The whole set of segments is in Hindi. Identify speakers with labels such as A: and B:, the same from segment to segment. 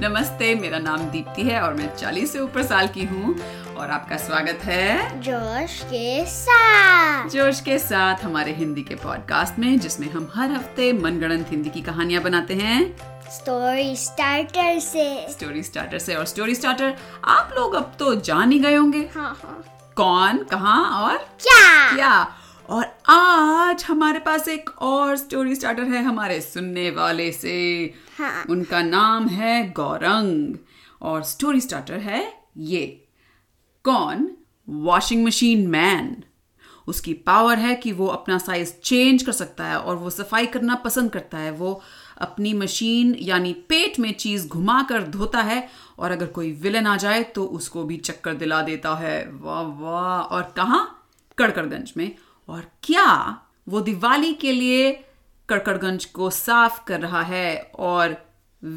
A: नमस्ते मेरा नाम दीप्ति है और मैं 40 से ऊपर साल की हूँ और आपका स्वागत है
B: जोश के साथ
A: जोश के साथ हमारे हिंदी के पॉडकास्ट में जिसमें हम हर हफ्ते मनगढ़ंत हिंदी की कहानियाँ बनाते हैं
B: स्टोरी स्टार्टर से
A: स्टोरी स्टार्टर से और स्टोरी स्टार्टर आप लोग अब तो जान ही गए होंगे
B: हाँ हाँ
A: कौन कहाँ और
B: क्या
A: या और आज हमारे पास एक और स्टोरी स्टार्टर है हमारे सुनने वाले से
B: हाँ।
A: उनका नाम है गौरंग और स्टोरी स्टार्टर है ये कौन वॉशिंग मशीन मैन उसकी पावर है कि वो अपना साइज चेंज कर सकता है और वो सफाई करना पसंद करता है वो अपनी मशीन यानी पेट में चीज घुमा कर धोता है और अगर कोई विलन आ जाए तो उसको भी चक्कर दिला देता है वाह वाह और कहाँ कड़कड़गंज में और क्या वो दिवाली के लिए कड़कड़गंज को साफ कर रहा है और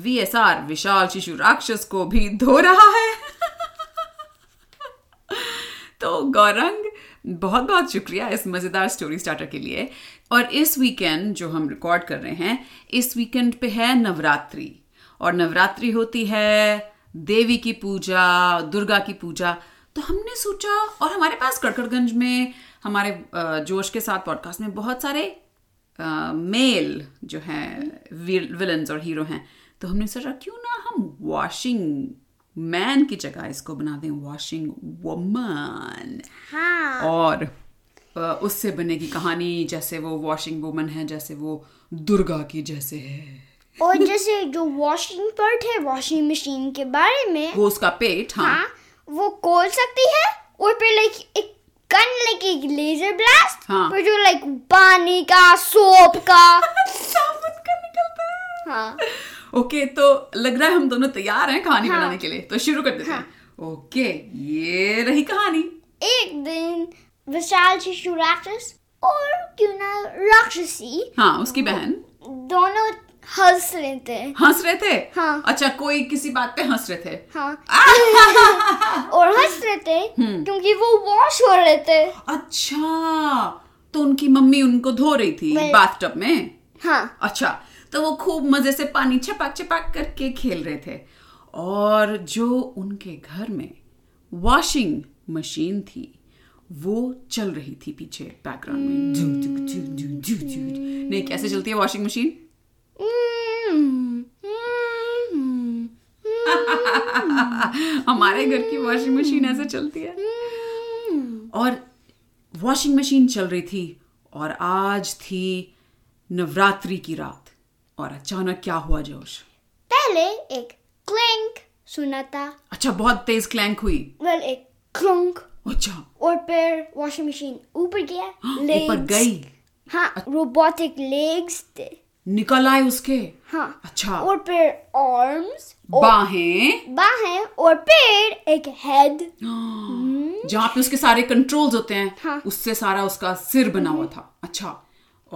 A: वीएसआर विशाल शिशु राक्षस को भी धो रहा है तो गौरंग बहुत बहुत शुक्रिया इस मज़ेदार स्टोरी स्टार्टर के लिए और इस वीकेंड जो हम रिकॉर्ड कर रहे हैं इस वीकेंड पे है नवरात्रि और नवरात्रि होती है देवी की पूजा दुर्गा की पूजा तो हमने सोचा और हमारे पास कड़कड़गंज में हमारे अ, जोश के साथ पॉडकास्ट में बहुत सारे मेल जो हैं विलन्स और हीरो हैं तो हमने सोचा क्यों ना हम वॉशिंग मैन की जगह इसको बना दें वॉशिंग वुमन
B: हाँ
A: और अ, उससे बनेगी कहानी जैसे वो वॉशिंग वुमन है जैसे वो दुर्गा की जैसे है
B: और जैसे जो वॉशिंग पर्ट है वॉशिंग मशीन के बारे में
A: वो उसका पेट हाँ
B: हाँ वो खोल सकती है और फिर लाइक एक गन लाइक एक लेजर ब्लास्ट
A: हाँ।
B: पर जो लाइक पानी का सोप का
A: साबुन का निकलता है
B: हाँ
A: ओके तो लग रहा है हम दोनों तैयार हैं कहानी
B: हाँ।
A: बनाने के लिए तो शुरू कर देते हैं ओके ये रही कहानी
B: एक दिन विशाल शिशु राक्षस और क्यों ना राक्षसी
A: हाँ उसकी बहन
B: दोनों हंस लेते हैं
A: हंस रहे थे
B: हाँ।
A: अच्छा कोई किसी बात पे हंस रहे थे
B: हाँ और हंस रहे थे
A: हम्म।
B: क्योंकि वो वॉश हो रहे थे
A: अच्छा तो उनकी मम्मी उनको धो रही थी
B: मैं-
A: बाथटब में
B: हाँ
A: अच्छा तो वो खूब मजे से पानी छपाक छपाक करके खेल रहे थे और जो उनके घर में वॉशिंग मशीन थी वो चल रही थी पीछे बैकग्राउंड में झू, झू, झू, झू, झू, झू, झू। नहीं कैसे चलती है वॉशिंग मशीन
B: हम्म, हम्म,
A: हमारे घर की वॉशिंग मशीन ऐसे चलती है
B: हम्म।
A: और वॉशिंग मशीन चल रही थी और आज थी नवरात्रि की रात और अचानक क्या हुआ जोश
B: पहले एक क्लैंक सुना था
A: अच्छा बहुत तेज क्लैंक हुई
B: वेल एक क्लंक
A: अच्छा हाँ,
B: और फिर वॉशिंग मशीन ऊपर गया
A: ऊपर
B: legs-
A: गई
B: हाँ रोबोटिक लेग्स थे
A: निकल आए उसके
B: हाँ
A: अच्छा
B: और फिर आर्म्स
A: बाहें
B: बाहें और फिर एक हेड
A: जहाँ पे उसके सारे कंट्रोल्स होते हैं
B: हम्म। हाँ। हम्म।
A: उससे सारा उसका सिर बना हुआ था अच्छा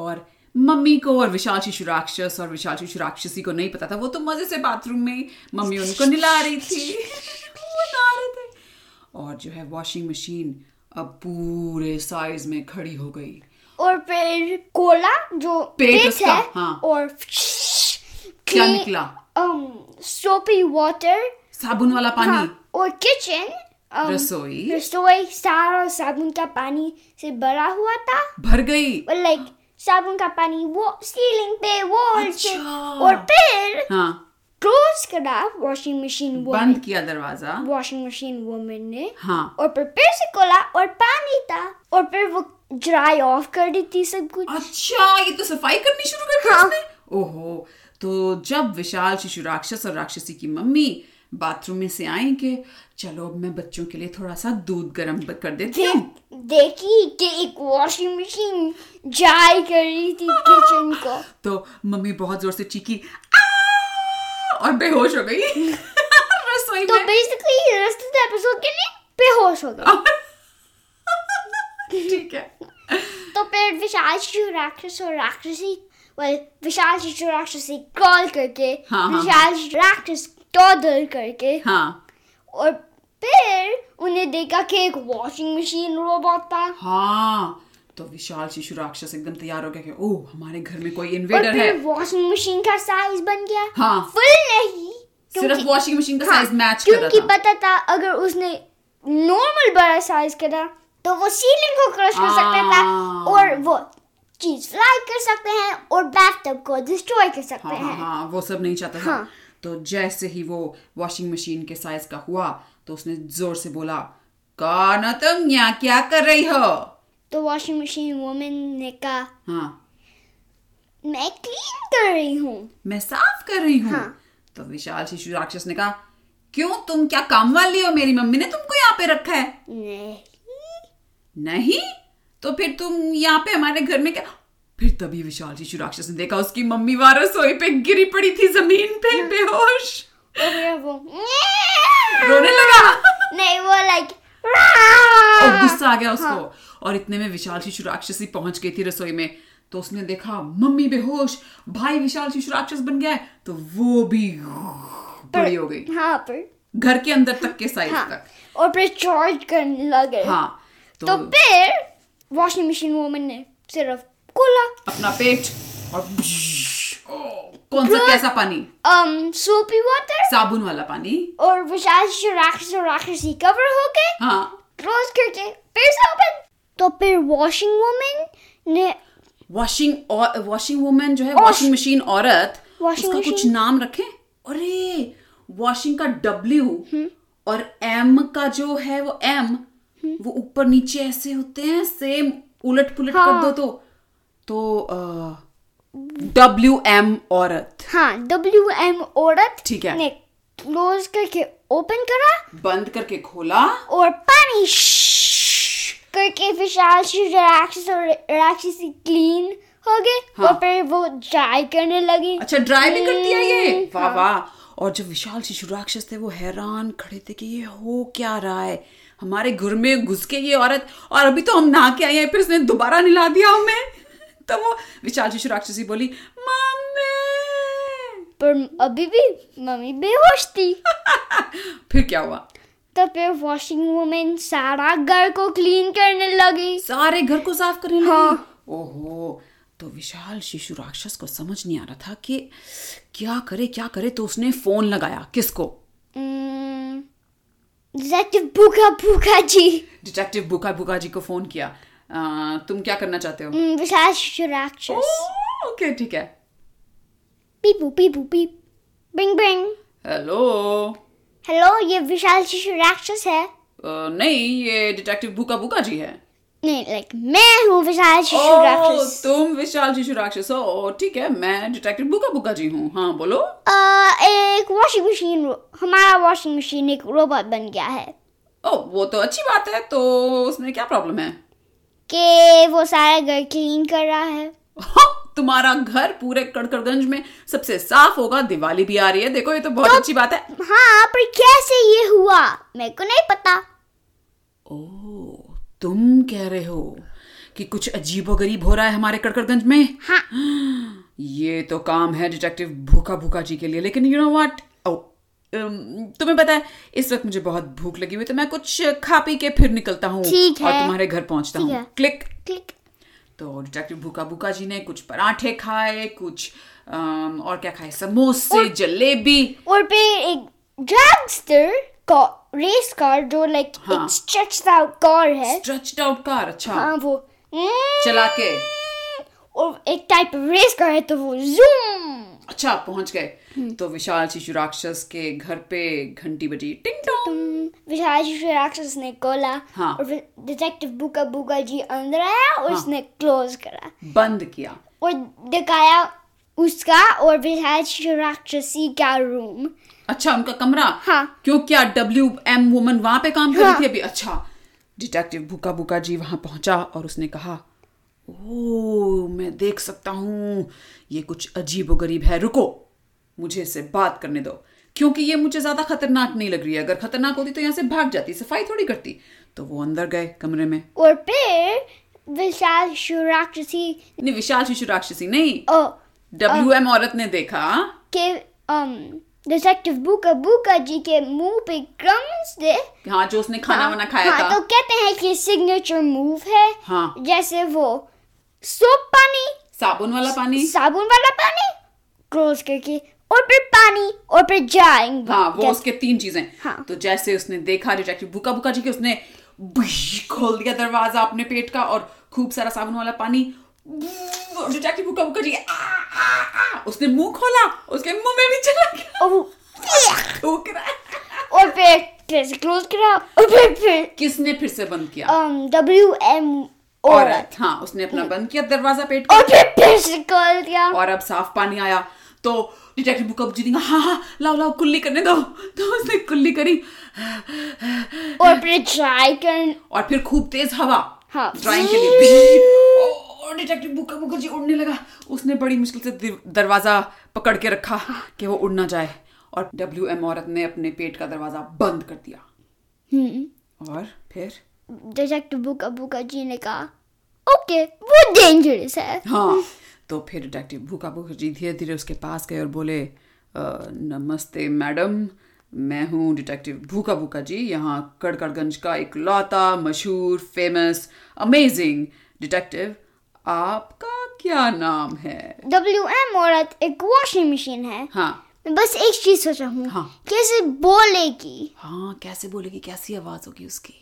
A: और मम्मी को और विशाल शिशु राक्षस और विशाल शिशु राक्षसी को नहीं पता था वो तो मजे से बाथरूम में ही मम्मी उनको नहला रही थी वो नहा रहे थे और जो है वॉशिंग मशीन अब पूरे साइज में खड़ी हो गई
B: और फिर कोला जो
A: पेट
B: पेट,
A: उसका,
B: है
A: हाँ।
B: और
A: क्या निकला?
B: सोपी वाटर
A: साबुन वाला पानी
B: हाँ, और किचन um,
A: रसोई?
B: रसोई सारा साबुन का पानी से भरा हुआ था
A: भर गई
B: और लाइक साबुन का पानी वो सीलिंग पे वॉल से
A: अच्छा।
B: और फिर
A: हाँ
B: क्लोज करा वॉशिंग मशीन
A: बंद किया दरवाजा
B: वॉशिंग मशीन वुमेन ने
A: हाँ
B: और फिर फिर से खोला और पानी था और फिर वो ड्राई ऑफ कर दी थी सब कुछ
A: अच्छा ये तो सफाई करनी शुरू कर दी
B: हाँ।
A: उसने ओहो तो जब विशाल शिशु राक्षस और राक्षसी की मम्मी बाथरूम में से आई कि चलो अब मैं बच्चों के लिए थोड़ा सा दूध गर्म ब- कर देती हूँ
B: दे- देखी कि एक वॉशिंग मशीन जाई कर रही थी किचन को
A: तो मम्मी बहुत जोर से चीखी "आ!" और बेहोश हो गई रसोई
B: तो
A: में
B: basically rest of the episode के लिए बेहोश हो गए
A: ठीक है
B: तो फिर विशाल शिशु राक्षस और राक्षसी well, विशाल शिशु राक्षसी कॉल करके
A: हाँ, हाँ,
B: विशाल शिशु राक्षस टॉडल करके
A: हाँ
B: और फिर उन्हें देखा कि एक वॉशिंग मशीन रोबोट था
A: हाँ तो विशाल शिशु राक्षस एकदम तैयार हो गया कि ओह हमारे घर में कोई
B: और
A: इन्वेडर है
B: फिर वॉशिंग मशीन का साइज बन गया
A: हाँ
B: फुल नहीं
A: सिर्फ
B: क्योंकि-
A: वॉशिंग मशीन का
B: हाँ,
A: साइज मैच कर
B: क्योंकि
A: रहा था
B: पता था अगर उसने नॉर्मल बड़ा साइज करा तो वो सीलिंग को क्रश कर सकता
A: हाँ।
B: था और वो चीज फ्लाई कर सकते हैं और बैथटब को डिस्ट्रॉय कर सकते
A: हाँ हाँ
B: हैं
A: हाँ वो सब नहीं चाहता था
B: हाँ।
A: तो जैसे ही वो वॉशिंग मशीन के साइज का हुआ तो उसने जोर से बोला कौन हो तुम यहाँ क्या कर रही हो
B: तो वॉशिंग मशीन वुमन ने कहा
A: हाँ
B: मैं क्लीन कर रही हूँ
A: मैं साफ कर रही हूँ
B: हाँ।
A: तो विशाल शिशु राक्षस ने कहा क्यों तुम क्या काम वाली हो मेरी मम्मी ने तुमको यहाँ पे रखा है
B: नहीं
A: नहीं तो फिर तुम यहाँ पे हमारे घर में क्या फिर तभी विशाल शिशु राक्षस ने देखा उसकी मम्मी वहां रसोई पे गिरी पड़ी थी जमीन पे बेहोश
B: और फिर वो
A: रोने लगा
B: नहीं वो लाइक
A: और गुस्सा आ गया उसको और इतने में विशाल शिशु राक्षसी पहुंच गई थी रसोई में तो उसने देखा मम्मी बेहोश भाई विशाल शिशु राक्षस बन गया है तो वो भी बड़ी हो गई
B: हाँ पर
A: घर के अंदर तक के साइज
B: हाँ
A: तक
B: और फिर चार्ज करने लगे
A: हाँ तो,
B: तो फिर वॉशिंग मशीन वुमन ने सिर्फ खोला
A: अपना पेट और ओ, कौन सा
B: Good.
A: कैसा पानी
B: um soapy water
A: साबुन वाला पानी
B: और विशाल से राक्षस और राक्षसी कवर हो गए
A: हाँ
B: क्लोज करके फिर से ओपन तो फिर वॉशिंग वुमन ने
A: वॉशिंग और वॉशिंग वुमन uh, जो है वॉशिंग मशीन औरत
B: Washing
A: उसका कुछ
B: machine.
A: नाम रखे अरे वॉशिंग का
B: हम्म।
A: डब्ल्यू और एम का जो है वो एम
B: हम्म।
A: वो ऊपर नीचे ऐसे होते हैं सेम उलट पुलट कर
B: हाँ।
A: दो तो तो डब्ल्यू एम औरत
B: हाँ डब्ल्यू एम औरत
A: ठीक है।
B: ने क्लोज करके ओपन करा
A: बंद करके खोला
B: और पानी करके विशाल से राक्षस और राक्षसी क्लीन हो गए
A: हाँ।
B: और फिर वो ड्राई करने लगी
A: अच्छा ड्राई भी करती है ये
B: हम्म,
A: वाह
B: हाँ।
A: वाह और जब विशाल शिशु राक्षस थे वो हैरान खड़े थे कि ये हो क्या रहा है हमारे घर में घुस के ये औरत और अभी तो हम नहा के आए हैं फिर उसने दोबारा नहला दिया हमें तो वो विशाल शिशु राक्षसी बोली मम्मी
B: पर अभी भी मम्मी बेहोश थी
A: फिर क्या हुआ
B: तो फिर वॉशिंग वुमेन सारा घर को क्लीन करने लगी
A: सारे घर को साफ करने लगी
B: हाँ।
A: ओहो तो विशाल शिशु राक्षस को समझ नहीं आ रहा था कि क्या करे क्या करे तो उसने फोन लगाया किसको
B: Hmm. डिटेक्टिव भूखा भूखा जी
A: डिटेक्टिव बुका बुका जी को फोन किया "अ, तुम क्या करना चाहते हो
B: Mm, विशाल शिशु राक्षस
A: ओह, ओके Oh, ठीक है
B: पीपू पीपू पीप बिंग बिंग
A: हेलो
B: हेलो ये विशाल शिशु राक्षस है
A: अ, Uh, नहीं ये डिटेक्टिव बुका बुका जी है
B: नहीं लाइक मैं हूँ विशाल शिशु
A: ओह
B: राक्षस
A: Oh, तुम विशाल शिशु राक्षस हो ओह, ठीक है मैं डिटेक्टिव बुका बुका जी हूँ हाँ बोलो
B: अ, Uh, एक वॉशिंग मशीन हमारा वॉशिंग मशीन एक रोबोट बन गया है
A: ओह वो तो अच्छी बात है तो उसमें क्या प्रॉब्लम है
B: कि वो सारा घर क्लीन कर रहा है
A: हाँ, तुम्हारा घर पूरे कड़कड़गंज में सबसे साफ होगा दिवाली भी आ रही है देखो ये तो बहुत अच्छी बात है
B: हाँ पर कैसे ये हुआ मेरे को नहीं पता
A: ओह Oh, तुम कह रहे हो कि कुछ अजीबोगरीब हो रहा है हमारे कड़कड़गंज में
B: हाँ
A: ये तो काम है डिटेक्टिव भूखा भूखा जी के लिए लेकिन you know what oh Oh, um, तुम्हें पता है इस वक्त मुझे बहुत भूख लगी हुई है, तो मैं कुछ खा पी के फिर निकलता हूँ
B: ठीक
A: और
B: है।
A: तुम्हारे घर पहुंचता
B: ठीक
A: हूँ
B: है।
A: क्लिक
B: क्लिक
A: तो डिटेक्टिव भूखा भूखा जी ने कुछ पराठे खाए कुछ अम, और क्या खाए समोसे
B: और-
A: जलेबी
B: और फिर एक ड्रगस्टर का रेस कार जो लाइक
A: हाँ।
B: एक स्ट्रेच्ड आउट कार है
A: स्ट्रेच्ड आउट कार अच्छा
B: हाँ वो हम्म,
A: चला के
B: और एक टाइप रेस कार है तो वो जूम
A: अच्छा पहुंच
B: हम्म।
A: गए तो विशाल शिशु राक्षस के घर पे घंटी बजी
B: तो
A: टिंग टोंग
B: विशाल शिशु राक्षस ने खोला
A: हाँ।
B: और फिर डिटेक्टिव बुका बुका जी अंदर आया और
A: हाँ।
B: उसने क्लोज करा
A: बंद किया
B: और दिखाया उसका और विशाल शिशु राक्षसी का रूम
A: अच्छा उनका कमरा
B: हाँ।
A: क्यों क्या डब्ल्यू एम वुमन वहां पे काम कर रही
B: हाँ।
A: थी अभी अच्छा डिटेक्टिव भूका भूका जी वहां पहुंचा और उसने कहा ओ मैं देख सकता हूँ ये कुछ अजीब गरीब है रुको मुझे इससे बात करने दो क्योंकि ये मुझे ज्यादा खतरनाक नहीं लग रही है अगर खतरनाक होती तो यहाँ से भाग जाती सफाई थोड़ी करती तो वो अंदर गए कमरे में
B: और फिर विशाल शिशु राक्षसी
A: नहीं विशाल शिशु राक्षसी नहीं
B: ओ,
A: डब्ल्यू एम औरत ने देखा
B: के um, डिटेक्टिव बुका बुका जी के मुंह पे क्रम्स थे
A: हाँ जो उसने खाना वाना खाया
B: हाँ, तो
A: था
B: कहते हैं कि सिग्नेचर मूव है
A: हाँ।
B: जैसे वो सोप पानी
A: साबुन वाला पानी
B: साबुन वाला पानी क्लोज करके और फिर पा, पानी और फिर जाएंगे
A: हाँ वो उसके तीन चीजें
B: हाँ।
A: तो जैसे उसने देखा डिटेक्टिव बुका बुका जी के उसने बुई खोल दिया दरवाजा अपने पेट का और खूब सारा साबुन वाला पानी और डिटेक्टिव बुका बुका जी आ, आ, आ, उसने मुंह खोला उसके मुंह में भी चला गया
B: और वो-
A: थूक रहा है।
B: और फिर फिर से क्लोज करा और फिर फिर
A: किसने फिर से बंद किया
B: um, W M औरत हम्म।
A: औरत हाँ उसने अपना बंद किया दरवाजा पेट का
B: और फिर फिर से खोल दिया
A: और अब साफ पानी आया तो डिटेक्टिव बुकअप जी ने कहा हाँ हाँ लाओ लाओ कुल्ली करने दो तो उसने कुल्ली करी
B: और फिर ट्राई कर
A: और फिर खूब तेज हवा
B: हाँ।
A: ड्राइंग के लिए और डिटेक्टिव बुका बुका जी उड़ने लगा उसने बड़ी मुश्किल से दिव- दरवाजा पकड़ के रखा कि वो उड़ ना जाए और डब्ल्यू एम औरत ने अपने पेट का दरवाजा बंद कर दिया
B: Hmm.
A: और फिर
B: डिटेक्टिव बुका बुका जी ने कहा ओके वो डेंजरस है
A: हाँ तो फिर डिटेक्टिव भूखा भूखा जी धीरे धीरे उसके पास गए और बोले "अ, नमस्ते मैडम मैं हूँ डिटेक्टिव भूखा भूखा जी यहाँ कड़कड़गंज का एक लौता मशहूर फेमस अमेजिंग डिटेक्टिव आपका क्या नाम है
B: डब्ल्यू एम औरत एक वॉशिंग मशीन है
A: हाँ
B: मैं बस एक चीज सोच रहा हूँ
A: हाँ।
B: कैसे बोलेगी
A: हाँ कैसे बोलेगी कैसी आवाज होगी उसकी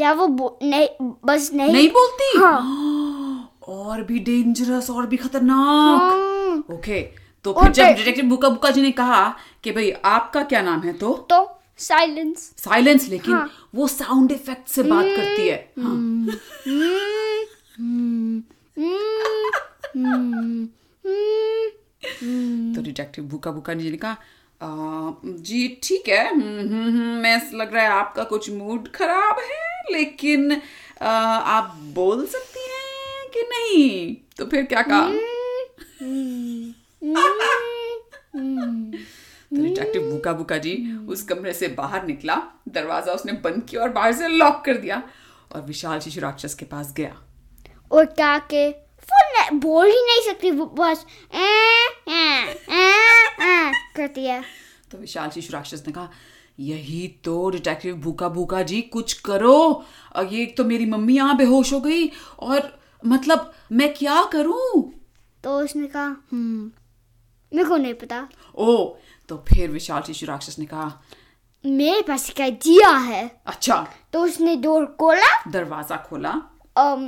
B: या वो बो- नहीं बस नहीं,
A: नहीं बोलती
B: हाँ।
A: और भी डेंजरस और भी खतरनाक
B: हाँ।
A: ओके तो
B: और
A: फिर जब
B: फिर-
A: डिटेक्टिव बुका बुका जी ने कहा कि भाई आपका क्या नाम है तो
B: तो साइलेंस
A: साइलेंस लेकिन वो साउंड इफेक्ट से बात करती है हाँ, तो डिटेक्टिव भूखा भूखा जी ने कहा "आ, जी ठीक है हम्म, हम्म, हम्म, मैं लग रहा है आपका कुछ मूड खराब है लेकिन आ, आप बोल सकती हैं कि नहीं तो फिर क्या कहा
B: Hmm,
A: तो डिटेक्टिव भूखा भूखा जी
B: हम्म।
A: उस कमरे से बाहर निकला दरवाजा उसने बंद किया और बाहर से लॉक कर दिया और विशाल शिशु राक्षस के पास गया
B: और क्या के वो न- बोल ही नहीं सकती वो बस "ऐं, ऐं, ऐं, ऐं" करती है
A: तो विशाल शिशु राक्षस ने कहा यही तो डिटेक्टिव भूखा भूखा जी कुछ करो अ, ये एक तो मेरी मम्मी यहाँ बेहोश हो गई और मतलब मैं क्या करूं
B: तो उसने कहा "हम्म, मेरे को नहीं पता
A: ओ तो फिर विशाल शिशु राक्षस ने कहा
B: मेरे पास एक आइडिया है
A: अच्छा
B: तो उसने डोर खोला
A: दरवाजा खोला
B: um,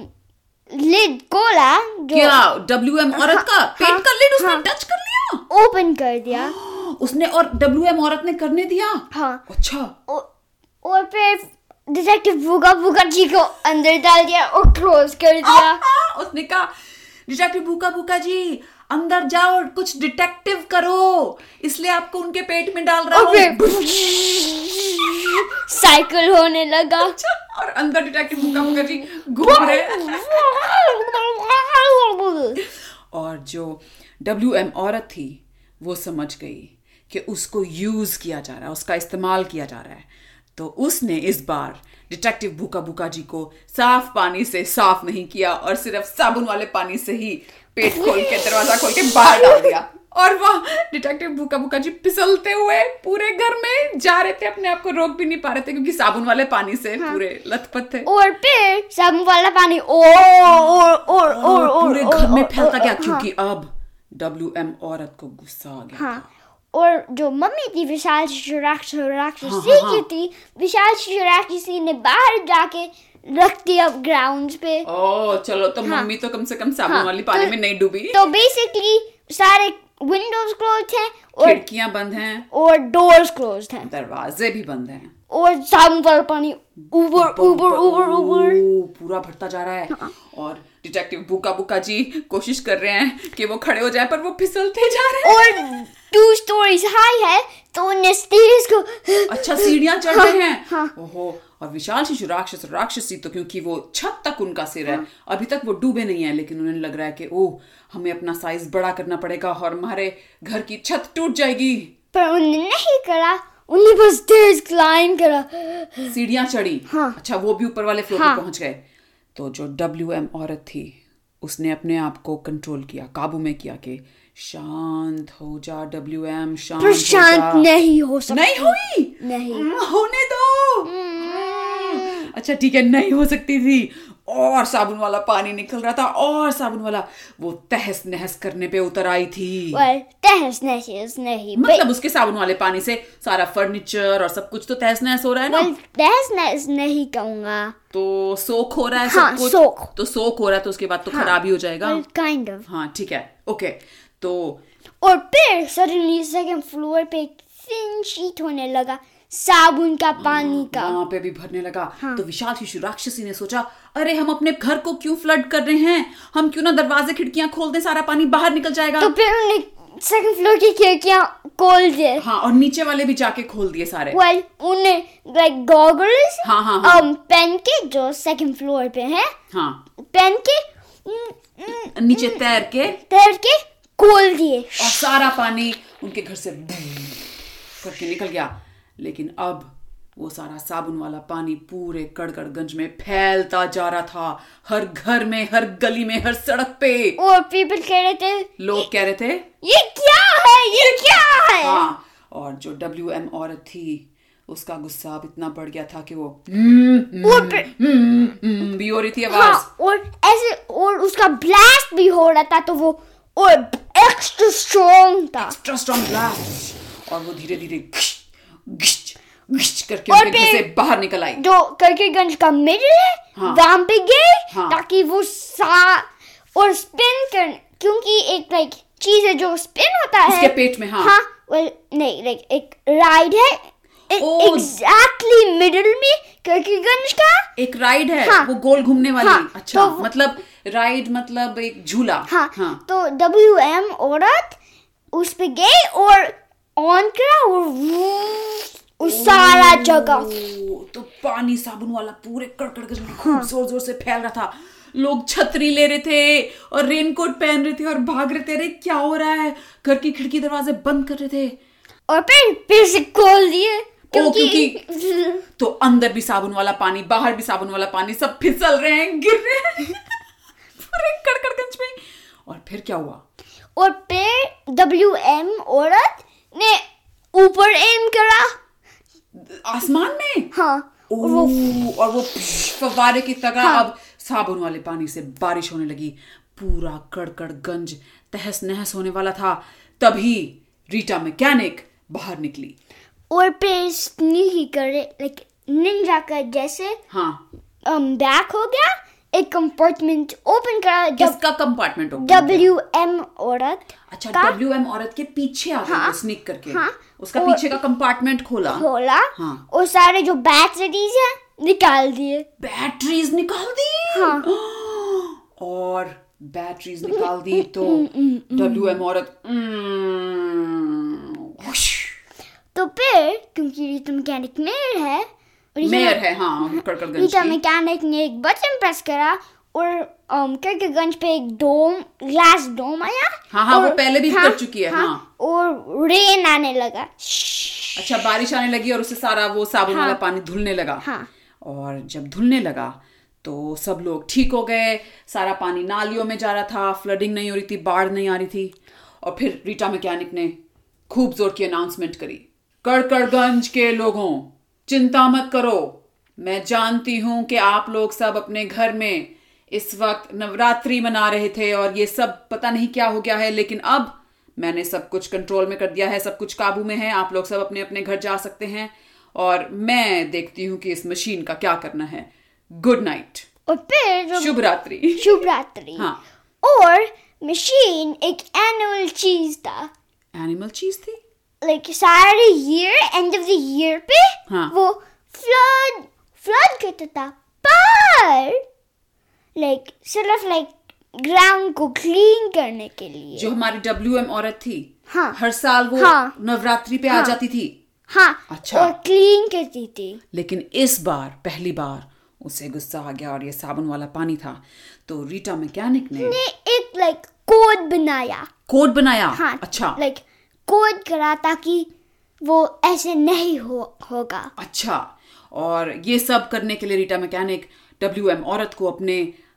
B: लिड खोला जो
A: क्या डब्ल्यू एम औरत का पेट का लिड उसने
B: हाँ।
A: टच कर लिया
B: ओपन कर दिया
A: उसने और डब्ल्यू एम औरत ने करने दिया
B: हाँ
A: अच्छा
B: और और फिर डिटेक्टिव भूगा भूगा जी को अंदर डाल दिया और क्लोज कर दिया
A: आहा! उसने कहा डिटेक्टिव भूखा भूखा जी अंदर जाओ और कुछ डिटेक्टिव करो इसलिए आपको उनके पेट में डाल रहा
B: और
A: हूँ
B: फिर साइकिल होने लगा
A: अच्छा और अंदर डिटेक्टिव भूखा भूखा जी घूम रहे हैं। और जो डब्ल्यू एम औरत थी वो समझ गई कि उसको यूज किया जा रहा है उसका इस्तेमाल किया जा रहा है तो उसने इस बार डिटेक्टिव भूखा भूखा जी को साफ पानी से साफ नहीं किया और सिर्फ साबुन वाले पानी से ही पेट खोल के दरवाजा खोल के बाहर डाल दिया और वह डिटेक्टिव भूखा भूखा जी फिसलते हुए पूरे घर में जा रहे थे अपने आप को रोक भी नहीं पा रहे थे क्योंकि साबुन वाले पानी से पूरे लथपथ थे
B: और फिर साबुन वाला पानी और और और और और
A: और हाँ, पूरे घर में
B: और-
A: फैलता
B: और-
A: गया
B: हाँ,
A: क्योंकि अब डब्ल्यू एम औरत को गुस्सा आ गया
B: हाँ और जो मम्मी थी विशाल शिशु राक्षस राक्षसी
A: हाँ, हाँ,
B: की
A: हाँ।
B: थी विशाल शिशु राक्षसी ने बाहर जाके रख दिया ग्राउंड पे
A: ओ चलो तो मम्मी तो कम से कम साबुन
B: हाँ,
A: वाली पानी
B: तो-
A: में नहीं डूबी
B: तो बेसिकली सारे विंडोज क्लोज हैं और
A: खिड़कियां बंद हैं
B: और डोर्स क्लोज हैं
A: दरवाजे भी बंद हैं
B: और साबुन वाला पानी ऊपर ऊपर ऊपर ऊपर हाँ।
A: ओ, पूरा भरता जा रहा है और डिटेक्टिव बुका बुका जी कोशिश कर रहे हैं कि वो खड़े हो जाए पर वो फिसलते जा रहे हैं
B: और टू स्टोरीज हाई है तो उन्हें स्टेज को
A: अच्छा सीढ़ियां चढ़ रहे हैं
B: हाँ।
A: ओहो और विशाल शिशु राक्षस और राक्षसी तो क्योंकि वो छत तक उनका सिर
B: हाँ।
A: है अभी तक वो डूबे नहीं है लेकिन उन्हें लग रहा है कि ओह हमें अपना साइज बड़ा करना पड़ेगा और हमारे घर की छत टूट जाएगी
B: पर उन्हें नहीं करा उन्हें बस स्टेज क्लाइम करा
A: सीढ़ियां चढ़ी
B: हाँ।
A: अच्छा वो भी ऊपर वाले फ्लोर
B: हाँ।
A: पे पहुंच गए तो जो डब्ल्यू एम औरत थी उसने अपने आप को कंट्रोल किया काबू में किया कि शांत हो जा डब्ल्यू एम शांत हो
B: पर
A: जा।
B: शांत नहीं हो सकता
A: नहीं हुई
B: नहीं। हम्म।
A: हम्म, होने दो अच्छा ठीक है नहीं हो सकती थी और साबुन वाला पानी निकल रहा था और साबुन वाला वो तहस नहस करने पे उतर आई थी
B: Well, तहस नहस नहीं but
A: मतलब उसके साबुन वाले पानी से सारा फर्नीचर और सब कुछ तो तहस नहस हो रहा है ना
B: well, तहस नहस नहीं कहूँगा
A: तो सोख हो रहा है
B: हाँ,
A: सब कुछ
B: सोख। हाँ।
A: तो सोख हो रहा है तो उसके बाद तो खराब ही हो जाएगा
B: well, kind of
A: हाँ ठीक है ओके तो
B: और फिर सडनली सेकंड फ्लोर पे एक thin sheet होने लगा साबुन का पानी का
A: वहां पे भी भरने लगा
B: हाँ।
A: तो विशाल शिशु राक्षसी ने सोचा अरे हम अपने घर को क्यों फ्लड कर रहे हैं हम क्यों ना दरवाजे खिड़कियां खोल दें सारा पानी बाहर निकल जाएगा
B: तो फिर उन्हें सेकंड फ्लोर की खिड़कियाँ खोल दिए
A: हाँ और नीचे वाले भी जाके खोल दिए सारे
B: well उन्हें like goggles
A: हाँ, हाँ, हाँ।
B: um पेन के जो सेकंड फ्लोर पे है
A: हाँ
B: पेन के न- न-
A: नीचे तैर के
B: तैर के खोल दिए
A: और सारा पानी उनके घर से करके निकल गया लेकिन अब वो सारा साबुन वाला पानी पूरे कड़कड़गंज में फैलता जा रहा था हर घर में हर गली में हर सड़क पे
B: और पीपल कह रहे थे
A: लोग कह रहे थे
B: ये क्या है ये क्या है
A: हाँ और जो डब्ल्यू एम औरत थी उसका गुस्सा अब इतना बढ़ गया था कि वो "हम्म, हम्म,
B: और फिर-
A: हम्म, हम्म" भी हो रही थी आवाज
B: हाँ और ऐसे और उसका ब्लास्ट भी हो रहा था तो वो और एक्स्ट्रा स्ट्रॉन्ग था
A: ट्रस्ट ऑन ब्लास्ट और वो धीरे धीरे करके
B: और
A: उनके घर
B: फिर-
A: से बाहर निकल आई
B: जो करकेगंज का मिडिल है
A: हाँ।
B: वहां पे गए
A: हाँ।
B: ताकि वो सा और स्पिन कर क्योंकि एक लाइक चीज है जो स्पिन होता है
A: उसके पेट में हाँ
B: हाँ well, नहीं लाइक एक राइड है
A: ओ।
B: एग्जैक्टली मिडिल में करकेगंज का
A: एक राइड है
B: हाँ।
A: वो गोल घूमने वाली
B: हाँ,
A: अच्छा
B: तो वो-
A: मतलब राइड मतलब एक झूला
B: हाँ, तो डब्ल्यू एम औरत उस पे गई और ऑन करा और वो- उस सारा जगह
A: ओ, तो पानी साबुन वाला पूरे कड़कड़ कर
B: हाँ।
A: खूब जोर जोर से फैल रहा था लोग छतरी ले रहे थे और रेनकोट पहन रहे थे और भाग रहे थे अरे क्या हो रहा है घर की खिड़की दरवाजे बंद कर रहे थे
B: और फिर फिर से खोल दिए
A: क्योंकि- तो अंदर भी साबुन वाला पानी बाहर भी साबुन वाला पानी सब फिसल रहे हैं गिर रहे हैं पूरे कड़कड़गंज में और फिर क्या हुआ
B: और फिर डब्ल्यू एम औरत ने ऊपर एम करा
A: आसमान में
B: हाँ और वो
A: ओह, और वो फवारे की तरह
B: हाँ।
A: अब साबुन वाले पानी से बारिश होने लगी पूरा कड़कड़गंज तहस नहस होने वाला था तभी रीटा मैकेनिक बाहर निकली
B: और फिर स्नीही करे लाइक निंजा का जैसे
A: हाँ
B: बैक हो गया एक कंपार्टमेंट ओपन करा जब
A: किसका कंपार्टमेंट हो
B: डब्ल्यू एम औरत
A: अच्छा
B: का-
A: डब्ल्यू एम औरत के पीछे आ गई स्निक करके
B: हाँ,
A: उसका
B: और-
A: पीछे का कंपार्टमेंट खोला
B: खोला
A: हाँ।
B: और सारे जो बैटरीज है निकाल दिए
A: बैटरीज निकाल दी
B: हाँ।
A: और बैटरीज निकाल दी तो डब्ल्यू एम औरत "Mm, whoosh."
B: तो फिर क्योंकि रीता मैकेनिक मेयर है और रीता-
A: मेयर है हाँ कड़कड़गंज
B: रीटा
A: की
B: मैकेनिक ने एक बटन प्रेस करा और um, करकेगंज पे एक डोम ग्लास डोम आया
A: हाँ, हाँ, वो पहले भी कर चुकी है, हाँ।
B: और रेन आने लगा Shh.
A: अच्छा बारिश आने लगी और उससे सारा वो साबुन
B: हाँ।
A: वाला पानी धुलने लगा
B: हाँ।
A: और जब धुलने लगा तो सब लोग ठीक हो गए सारा पानी नालियों में जा रहा था फ्लडिंग नहीं हो रही थी बाढ़ नहीं आ रही थी और फिर रीटा मैकेनिक ने खूब जोर की अनाउंसमेंट करी कड़कड़गंज के लोगों चिंता मत करो मैं जानती हूं कि आप लोग सब अपने घर में इस वक्त नवरात्रि मना रहे थे और ये सब पता नहीं क्या हो गया है लेकिन अब मैंने सब कुछ कंट्रोल में कर दिया है सब कुछ काबू में है आप लोग सब अपने अपने घर जा सकते हैं और मैं देखती हूँ कि इस मशीन का क्या करना है गुड नाइट
B: और फिर जो
A: शुभ रात्रि
B: शुभ रात्रि
A: हाँ।
B: और मशीन एक एनुअल चीज था
A: एनिमल चीज थी
B: लाइक सारे year end of the year पे
A: हाँ।
B: वो फ्लड फ्लड करता था पर लाइक सिर्फ लाइक ग्राउंड को क्लीन करने के लिए
A: जो हमारी डब्ल्यू एम औरत थी
B: हाँ।
A: हर साल वो
B: हाँ।
A: नवरात्रि पे आ जाती थी
B: हाँ
A: अच्छा।
B: और क्लीन करती थी
A: लेकिन इस बार पहली बार उसे गुस्सा आ गया और ये साबुन वाला पानी था तो रीटा मैकेनिक ने
B: ने एक लाइक कोड बनाया
A: कोड बनाया
B: हाँ
A: अच्छा
B: लाइक कोड करा ताकि वो ऐसे नहीं हो होगा
A: अच्छा और ये सब करने के लिए रीटा मैकेनिक डब्ल्यू एम औरत को अपने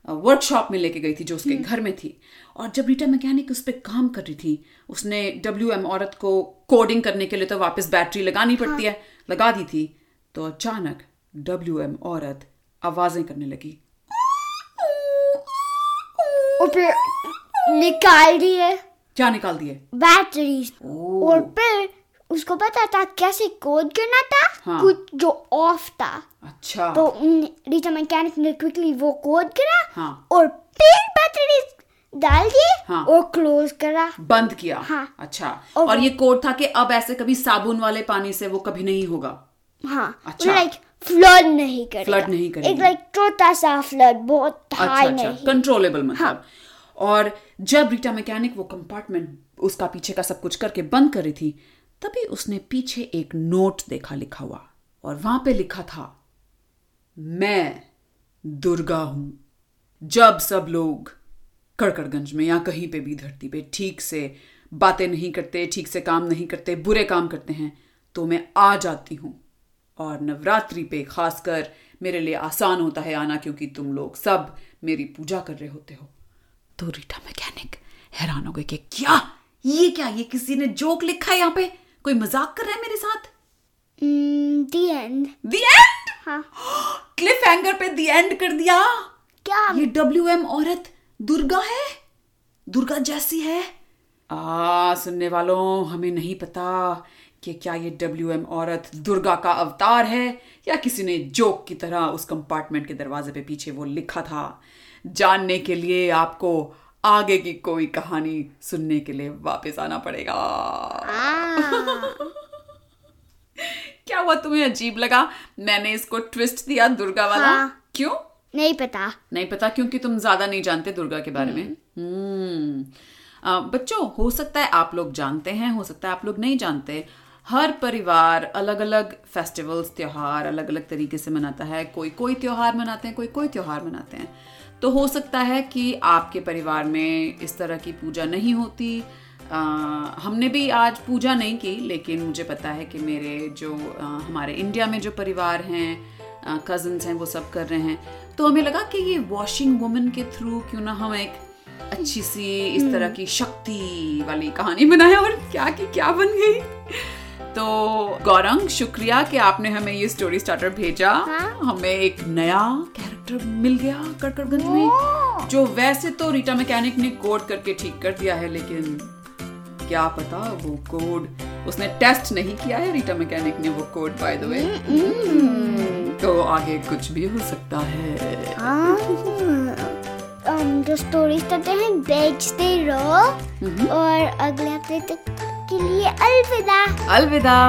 A: वर्कशॉप में लेके गई थी जो
B: हम्म।
A: उसके घर में थी और जब रीटा मैकेनिक उस पर काम कर रही थी उसने डब्ल्यू एम औरत को कोडिंग करने के लिए तो वापस बैटरी लगानी पड़ती
B: हाँ।
A: है लगा दी थी तो अचानक डब्ल्यू एम औरत आवाजें करने लगी
B: फिर निकाल दिए
A: क्या निकाल दिए
B: बैटरीज
A: ओ,
B: और फिर उसको पता था कैसे कोड करना था
A: हाँ।
B: कुछ जो ऑफ था
A: अच्छा
B: तो रीटा मैकेनिक ने क्विकली वो कोड करा
A: हाँ।
B: और फिर बैटरीज डाल दिए
A: हाँ।
B: और क्लोज करा
A: बंद किया
B: हाँ।
A: अच्छा
B: और-
A: और ये कोड था कि अब ऐसे कभी साबुन वाले पानी से वो कभी नहीं होगा
B: हाँ
A: अच्छा।
B: लाइक फ्लड नहीं करेगा
A: Flood नहीं
B: एक
A: करेगा।
B: लाइक छोटा सा फ्लड बहुत
A: अच्छा
B: हाई
A: अच्छा
B: नहीं
A: कंट्रोलेबल मतलब और जब रीटा मैकेनिक वो कंपार्टमेंट उसका पीछे का सब कुछ करके बंद कर रही थी तभी उसने पीछे एक नोट देखा लिखा हुआ और वहां पे लिखा था मैं दुर्गा हूं जब सब लोग कड़कड़गंज में या कहीं पे भी धरती पे ठीक से बातें नहीं करते ठीक से काम नहीं करते बुरे काम करते हैं तो मैं आ जाती हूं और नवरात्रि पे खासकर मेरे लिए आसान होता है आना क्योंकि तुम लोग सब मेरी पूजा कर रहे होते हो तो रीटा मैकेनिक हैरान हो गई कि क्या ये क्या ये किसी ने जोक लिखा है यहाँ पे कोई मजाक कर रहा है मेरे साथ
B: the end
A: the end
B: Hmm, हाँ
A: क्लिफ हैंगर पे दी एंड कर दिया
B: क्या
A: ये डब्ल्यू एम औरत दुर्गा है दुर्गा जैसी है आ सुनने वालों हमें नहीं पता कि क्या ये डब्ल्यू एम औरत दुर्गा का अवतार है या किसी ने जोक की तरह उस कंपार्टमेंट के दरवाजे पे पीछे वो लिखा था जानने के लिए आपको आगे की कोई कहानी सुनने के लिए वापस आना पड़ेगा
B: हाँ
A: क्या हुआ तुम्हें अजीब लगा मैंने इसको ट्विस्ट दिया दुर्गा वाला
B: हाँ।
A: क्यों
B: नहीं पता
A: नहीं पता क्योंकि तुम ज्यादा नहीं जानते दुर्गा के बारे में हम्म अ, बच्चों हो सकता है आप लोग जानते हैं हो सकता है आप लोग नहीं जानते हर परिवार अलग अलग फेस्टिवल्स त्योहार अलग अलग तरीके से मनाता है कोई कोई त्योहार मनाते हैं कोई कोई त्योहार मनाते हैं तो हो सकता है कि आपके परिवार में इस तरह की पूजा नहीं होती अ, हमने भी आज पूजा नहीं की लेकिन मुझे पता है कि मेरे जो अ, हमारे इंडिया में जो परिवार हैं कजन्स हैं वो सब कर रहे हैं तो हमें लगा कि ये वॉशिंग वुमन के थ्रू क्यों ना हम एक अच्छी सी इस तरह की शक्ति वाली कहानी बनाए और क्या की क्या बन गई तो गौरंग शुक्रिया कि आपने हमें ये स्टोरी स्टार्टर भेजा
B: हाँ।
A: हमें एक नया कैरेक्टर मिल गया कड़कड़गंज में जो वैसे तो रीटा मैकेनिक ने कोड करके ठीक कर दिया है लेकिन क्या पता वो कोड उसने टेस्ट नहीं किया है रीटा मैकेनिक ने वो कोड बाय द वे तो आगे कुछ भी हो सकता है
B: हाँ हम जो स्टोरीज करते हैं बेचते रहो और अगले हफ्ते तक के लिए अलविदा
A: अलविदा